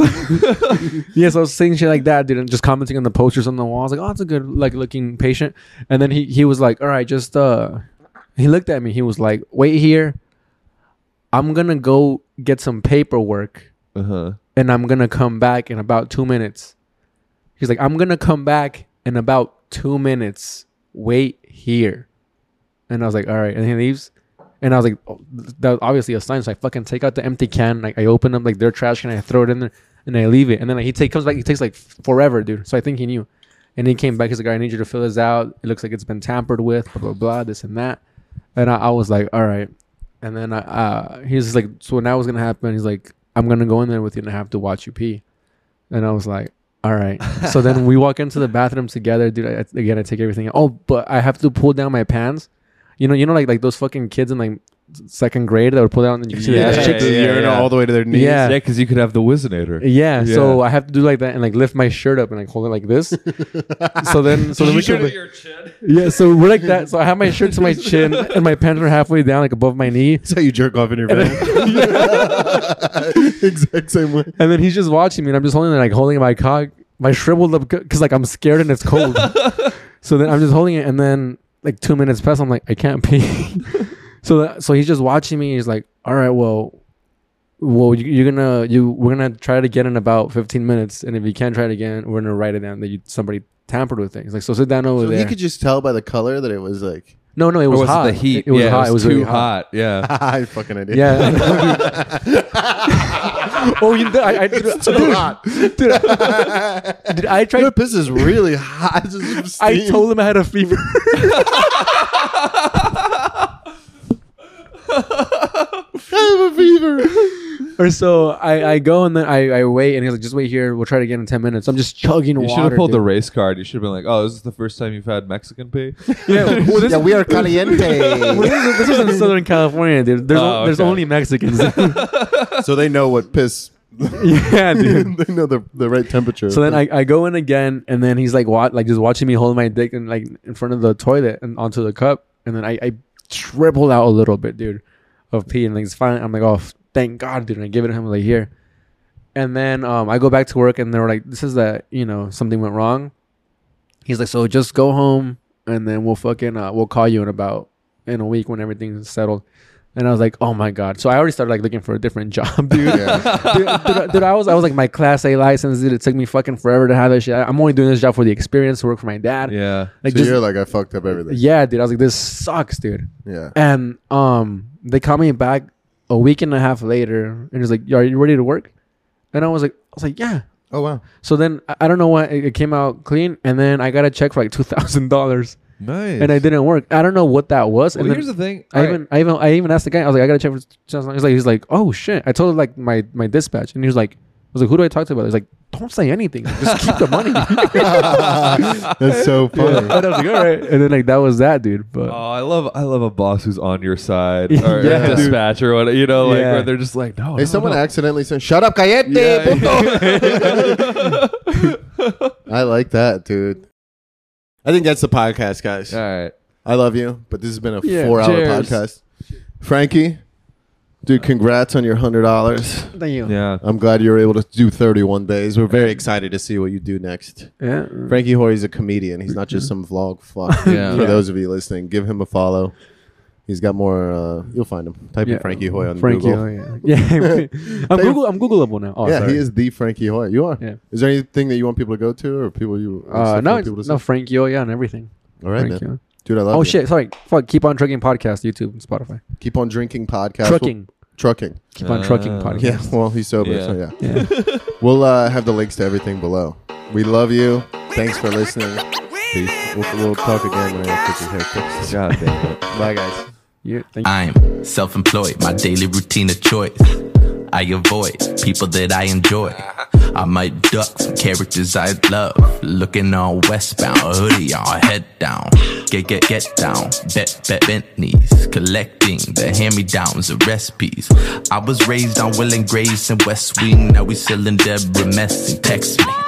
B: Yes, I was saying shit like that, dude, and just commenting on the posters on the wall. I was like, oh, it's a good like looking patient. And then he he was like, all right, just uh, he looked at me. He was like, wait here, I'm gonna go get some paperwork,
E: uh huh.
B: and I'm gonna come back in about two minutes. He's like, I'm gonna come back in about two minutes. Wait here. And I was like, all right. And he leaves. And I was like, oh, that was obviously a sign. So I fucking take out the empty can. Like I open up like their trash can. I throw it in there and I leave it. And then like, he take, comes back. He takes like forever, dude. So I think he knew. And he came back. He's like, I need you to fill this out. It looks like it's been tampered with, blah, blah, blah, this and that. And I, I was like, all right. And then I, uh, he's just like, so now what's going to happen? He's like, I'm going to go in there with you and I have to watch you pee. And I was like, all right. So then we walk into the bathroom together, dude. I, I- again, I take everything. Oh, but I have to pull down my pants. You know, you know, like like those fucking kids in like second grade that would pull down and you can see
E: Yeah,
B: the ass cheeks.
A: the
E: yeah,
A: urinal
E: yeah.
A: all the way to their knees.
B: Yeah.
E: Yeah, because you could have the Wizinator.
B: Yeah, so
E: Yeah.
B: I have to do like that and like lift my shirt up and like hold it like this. so then, so then we should. yeah, so we're like that. So I have my shirt to my chin and my pants are halfway down, like above my knee.
A: That's how you jerk off in your bed. exact same way.
B: And then he's just watching me, and I'm just holding it, like holding my cock, my shriveled up, because like I'm scared and it's cold. so then I'm just holding it, and then like two minutes pass, I'm like, I can't pee. so that, so he's just watching me. He's like, all right, well, well, you, you're gonna you we're gonna try it again in about 15 minutes, and if you can't try it again, we're gonna write it down that you somebody tampered with things. Like, so sit down over
A: So he
B: there.
A: could just tell by the color that it was like,
B: no, no, it was,
E: or was
B: hot.
E: it the heat?
B: It, was
E: yeah,
B: hot. It was, really
E: too hot. Yeah.
A: I fucking idea.
B: Yeah. oh, you, I, I, dude,
A: It's too hot.
B: dude, I tried
A: Your piss is really hot. It's just some
B: I
A: steam.
B: told him I had a fever.
A: I have a fever.
B: or so I, I go and then I, I wait and he's like, just wait here. We'll try it again in 10 minutes. I'm just chugging
E: You
B: water.
E: should have pulled the
B: dude.
E: race card. You should have been like, "Oh, this is the first time you've had Mexican pee."
B: Yeah, well, this,
A: yeah, we are caliente.
B: this is- this was in Southern California, dude. There's,
E: Oh,
B: there's
E: okay.
B: only Mexicans.
A: so they know what piss.
B: yeah, dude.
A: they know the, the right temperature.
B: So then I, I go in again, and then he's like, what? Like just watching me hold my dick and like in front of the toilet and onto the cup, and then I, I tripled out a little bit, dude, of pee, and like it's fine. I'm like, oh, thank God, dude. And I give it to him like here, and then um, I go back to work, and they were like, this is that you know something went wrong. He's like, so just go home, and then we'll fucking uh, we'll call you in about in a week when everything's settled. And I was like, oh my god! So I already started like looking for a different job, dude
A: Yeah.
B: dude, dude, dude, I was I was like my class A license, dude. It took me fucking forever to have that shit. I- I'm only doing this job for the experience to work for my dad.
E: yeah.
B: Like
A: So
B: just,
A: you're like, I fucked up everything.
B: yeah, dude. I was like, this sucks, dude.
A: Yeah.
B: And um, they called me back a week and a half later, and he's like, "Are you ready to work?" And I was like, I was like, yeah.
A: Oh, wow.
B: So then I, I don't know why it, it came out clean, and then I got a check for like two thousand dollars,
E: Nice.
B: and I didn't work. I don't know what that was.
E: Well,
B: and then-
E: here's the thing.
B: I
E: All right.
B: even I even I even asked the guy. I was like, I gotta check for Johnson. He's like, he's like, oh shit. I told him like my my dispatch, and he was like, I was like, who do I talk to about? it?" He's like, don't say anything. Just keep the money.
A: That's so funny.
B: and I was like, all right. And then like that was that dude. But
E: Oh, I love I love a boss who's on your side or
B: Yeah,
E: a
A: dude.
E: dispatch or whatever. You know, like
B: Yeah.
E: where they're just like, no.
A: Hey,
E: no,
A: someone
E: no.
A: accidentally said, "Shut up, callete,
E: Yeah.
A: puto." I like that, dude. I think that's the podcast, guys.
E: All right.
A: I love you, but this has been a
B: Yeah,
A: four-hour
B: cheers.
A: podcast. Frankie, dude, congrats on your hundred dollars.
B: thank you. Yeah.
E: Yeah.
A: I'm glad you were able to do 31 days. We're very excited to see what you do next. Frankie Horry's a comedian. He's not just some vlog fuck.
E: Yeah.
A: For
E: Yeah.
A: those of you listening, give him a follow. He's got more. Uh, you'll find him. Type
B: Yeah.
A: in Frankie Hoy on
B: Frankie,
A: Google.
B: oh, yeah. yeah. I'm Google. I'm Googleable now. Oh,
A: yeah,
B: sorry.
A: he is the Frankie Hoy. You are.
B: Yeah.
A: Is there anything that you want people to go to or people you?
B: Uh,
A: stuff you
B: no,
A: want
B: it's-
A: people to
B: no,
A: see?
B: Frankie. Oh yeah, and everything.
A: All right,
B: Thank
A: man.
B: you.
A: Dude, I love
B: Oh
A: you.
B: shit! Sorry. Fuck. Keep on trucking podcast, YouTube, and Spotify.
A: Keep on drinking podcast.
B: Trucking.
A: We'll- trucking.
B: Keep on trucking
E: Ah.
B: podcast.
A: Uh, Yeah, well, he's sober,
E: Yeah.
A: so yeah.
B: Yeah.
A: We'll uh, have the links to everything below. We love you. Thanks for listening. Peace. We'll, we'll talk again when I fix your haircuts.
E: God damn it.
A: Bye, guys.
B: yeah thank you.
D: I'm self employed, my daily routine of choice. I avoid people that I enjoy. I might duck from characters I love. Looking all westbound, a hoodie on, head down. Get, get, get down. Bet, bet, bent knees. Collecting the hand me downs of recipes. I was raised on Will and Grace and West Wing. Now we selling Deborah Messing. Text me.